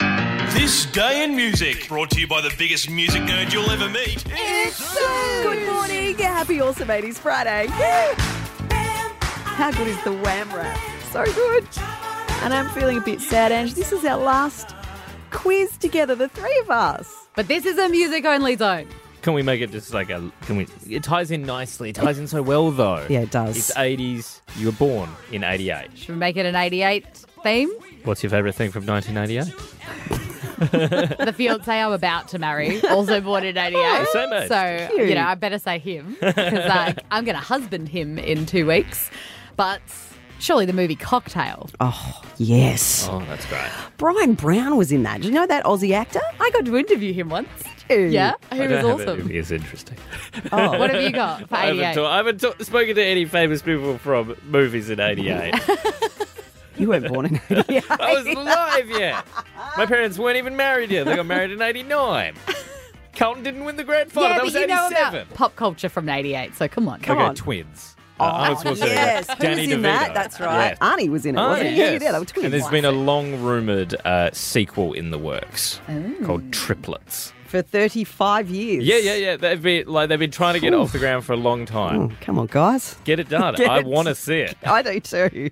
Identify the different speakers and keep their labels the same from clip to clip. Speaker 1: This Day in Music, brought to you by the biggest music nerd you'll ever meet.
Speaker 2: Good morning. Happy Awesome 80s Friday. How good is the wham rap? So good. And I'm feeling a bit sad, Ange. This is our last quiz together, the three of us.
Speaker 3: But this is a music only zone.
Speaker 4: Can we make it just like a? Can we? It ties in nicely. It ties in so well though.
Speaker 2: Yeah, it does.
Speaker 4: It's eighties. You were born in eighty eight.
Speaker 3: Should we make it an 88 theme?
Speaker 4: What's your favourite thing from nineteen eighty eight?
Speaker 3: The fiance I'm about to marry, also born in 88.
Speaker 4: Same age.
Speaker 3: So,
Speaker 2: Cute.
Speaker 3: you know, I better say him because like, I'm going to husband him in two weeks. But surely the movie Cocktail.
Speaker 2: Oh. Yes.
Speaker 4: Oh, that's great.
Speaker 2: Brian Brown was in that. Do you know that Aussie actor?
Speaker 3: I got to interview him once.
Speaker 2: Ew.
Speaker 3: Yeah, he
Speaker 4: I
Speaker 3: was
Speaker 4: don't have it.
Speaker 3: awesome.
Speaker 4: It is interesting.
Speaker 2: Oh,
Speaker 3: What have you got for
Speaker 4: I haven't,
Speaker 3: 88?
Speaker 4: ta- I haven't ta- spoken to any famous people from movies in eighty eight.
Speaker 2: You weren't born in 88.
Speaker 4: I was alive yet. My parents weren't even married yet. They got married in eighty nine. Carlton didn't win the grand final.
Speaker 3: yeah,
Speaker 4: Oh, that
Speaker 3: but
Speaker 4: was
Speaker 3: you
Speaker 4: eighty
Speaker 3: know
Speaker 4: seven.
Speaker 3: about pop culture from 88, so come on.
Speaker 2: Come
Speaker 4: okay,
Speaker 2: on. Oh,
Speaker 4: twins. Uh, Arnold Schwarzenegger,
Speaker 2: yes. Who was
Speaker 4: Danny
Speaker 2: in
Speaker 4: DeVito.
Speaker 2: that? That's right.
Speaker 4: Yes.
Speaker 2: Arnie was in it,
Speaker 4: Ah,
Speaker 2: wasn't he? Yeah,
Speaker 4: yes.
Speaker 2: yeah, they were twins.
Speaker 4: And there's been a long rumoured uh, sequel in the works
Speaker 2: Oh.
Speaker 4: called Triplets.
Speaker 2: For 35 years.
Speaker 4: Yeah, yeah, yeah. They've been like they've been trying to get it off the ground for a long time.
Speaker 2: Oh, come on, guys.
Speaker 4: Get it done.
Speaker 2: Get
Speaker 4: I
Speaker 2: it.
Speaker 4: want to see it.
Speaker 2: I do too.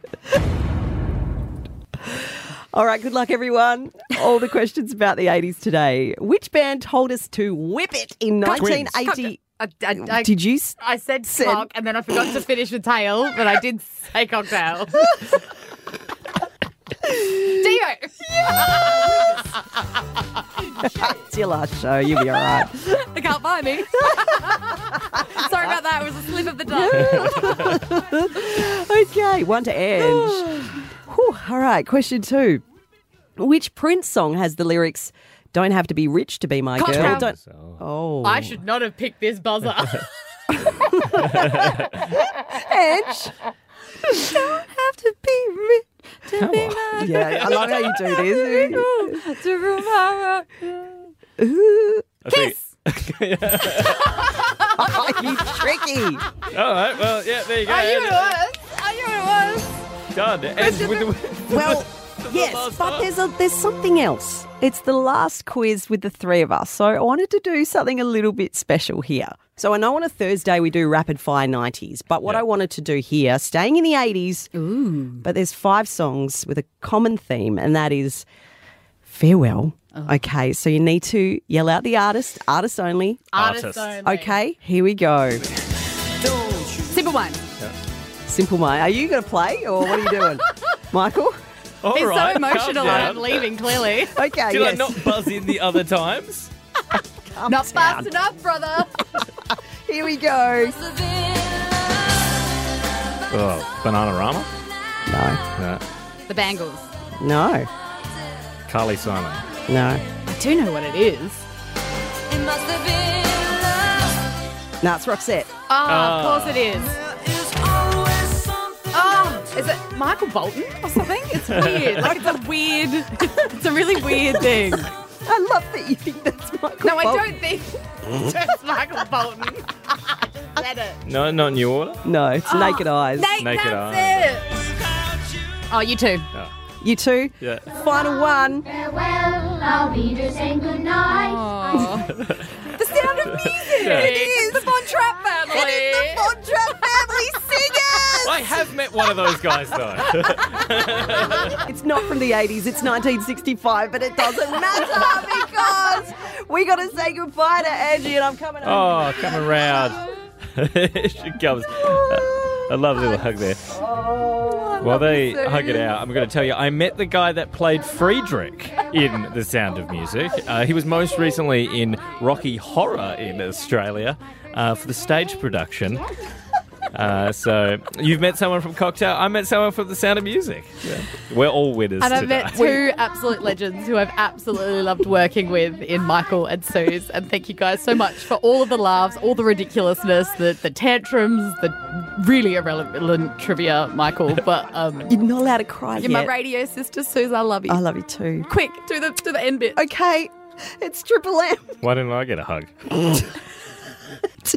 Speaker 2: All right, good luck, everyone. All the questions about the 80s today. Which band told us to whip it in 1980?
Speaker 3: I, I, I,
Speaker 2: Did you? s-
Speaker 3: I said
Speaker 2: Said-
Speaker 3: cock and then I forgot to finish the tail, but I did say cocktail. Dio.
Speaker 2: It's your last show. You'll be all right.
Speaker 3: They can't buy me. Sorry about that. It was a slip of the tongue.
Speaker 2: okay, one to Ange. Whew, all right, question two. Which Prince song has the lyrics, Don't have to be rich to be my
Speaker 3: Cocktail.
Speaker 2: girl? Don't...
Speaker 4: So,
Speaker 2: Oh,
Speaker 3: I should not have picked this buzzer.
Speaker 2: Ange.
Speaker 3: have to be rich to be
Speaker 2: yeah, I love how you do this.
Speaker 3: my tomorrow.
Speaker 4: I think-
Speaker 2: Oh, you tricky.
Speaker 4: all right. Well, yeah. There you go.
Speaker 3: Are you
Speaker 4: And-
Speaker 3: it was? Are you it was?
Speaker 4: Done. And with the-
Speaker 2: Well, yes,
Speaker 4: last
Speaker 2: but
Speaker 4: time.
Speaker 2: there's a, there's something else. It's the last quiz with the three of us, so I wanted to do something a little bit special here. So I know on a Thursday we do rapid fire nineties, but what I wanted to do here, staying in the eighties, but there's five songs with a common theme, and that is farewell.
Speaker 4: Oh.
Speaker 2: Okay, so you need to yell out the artist, artist only.
Speaker 3: Artist
Speaker 4: Artist.
Speaker 3: only.
Speaker 2: Okay, here we go.
Speaker 3: Simple one.
Speaker 2: Simple mind. Are you going to play or what are you doing, Michael?
Speaker 4: all
Speaker 3: He's so
Speaker 4: right, calm
Speaker 3: emotional.
Speaker 4: down.
Speaker 3: I'm leaving, clearly.
Speaker 2: Okay,
Speaker 4: Did
Speaker 2: yes.
Speaker 4: I not buzz in the other times?
Speaker 3: not fast enough, brother.
Speaker 2: Here we go.
Speaker 4: Oh, Bananarama.
Speaker 2: No,
Speaker 4: No.
Speaker 3: the Bangles.
Speaker 2: no,
Speaker 4: Carly Simon.
Speaker 2: no.
Speaker 3: I do know what it is.
Speaker 2: No, it's Roxette.
Speaker 3: Oh, of course it is. Oh, is it Michael Bolton or something? It's weird. like it's a weird. It's a really weird thing.
Speaker 2: I love that you think that's Michael.
Speaker 3: No, I
Speaker 2: Bolton.
Speaker 3: don't think it's Michael Bolton. Let it.
Speaker 4: No, not New Order.
Speaker 2: No, it's Naked Eyes.
Speaker 3: Nate,
Speaker 4: Naked
Speaker 3: that's it. Oh, you too.
Speaker 2: you two.
Speaker 4: Yeah.
Speaker 2: Final one.
Speaker 5: Farewell, I'll be there saying goodnight.
Speaker 3: Oh.
Speaker 2: The sound of music.
Speaker 4: yeah.
Speaker 3: It's the Von Trapp family.
Speaker 2: Bondra family singers.
Speaker 4: I have met one of those guys though.
Speaker 2: It's not from the 80s, it's 1965, but it doesn't matter because we got to say goodbye to Angie and I'm coming home.
Speaker 4: Oh, come around. she comes. I love a little hug there. While they hug it out, I'm going to tell you, I met the guy that played Friedrich in The Sound of Music. Uh, he was most recently in Rocky Horror in Australia uh, for the stage production. Uh, so you've met someone from Cocktail. I met someone from The Sound of Music. Yeah. We're all winners
Speaker 3: And I've
Speaker 4: today.
Speaker 3: met two absolute legends who I've absolutely loved working with in Michael and Suze. And thank you guys so much for all of the laughs, all the ridiculousness, the, the tantrums, the really irrelevant trivia, Michael. But um,
Speaker 2: You're not allowed to cry
Speaker 3: you're my
Speaker 2: yet.
Speaker 3: radio sister, Suze. I love you.
Speaker 2: I love you too.
Speaker 3: Quick, do the do the end bit.
Speaker 2: Okay, it's Triple M.
Speaker 4: Why didn't I get a hug?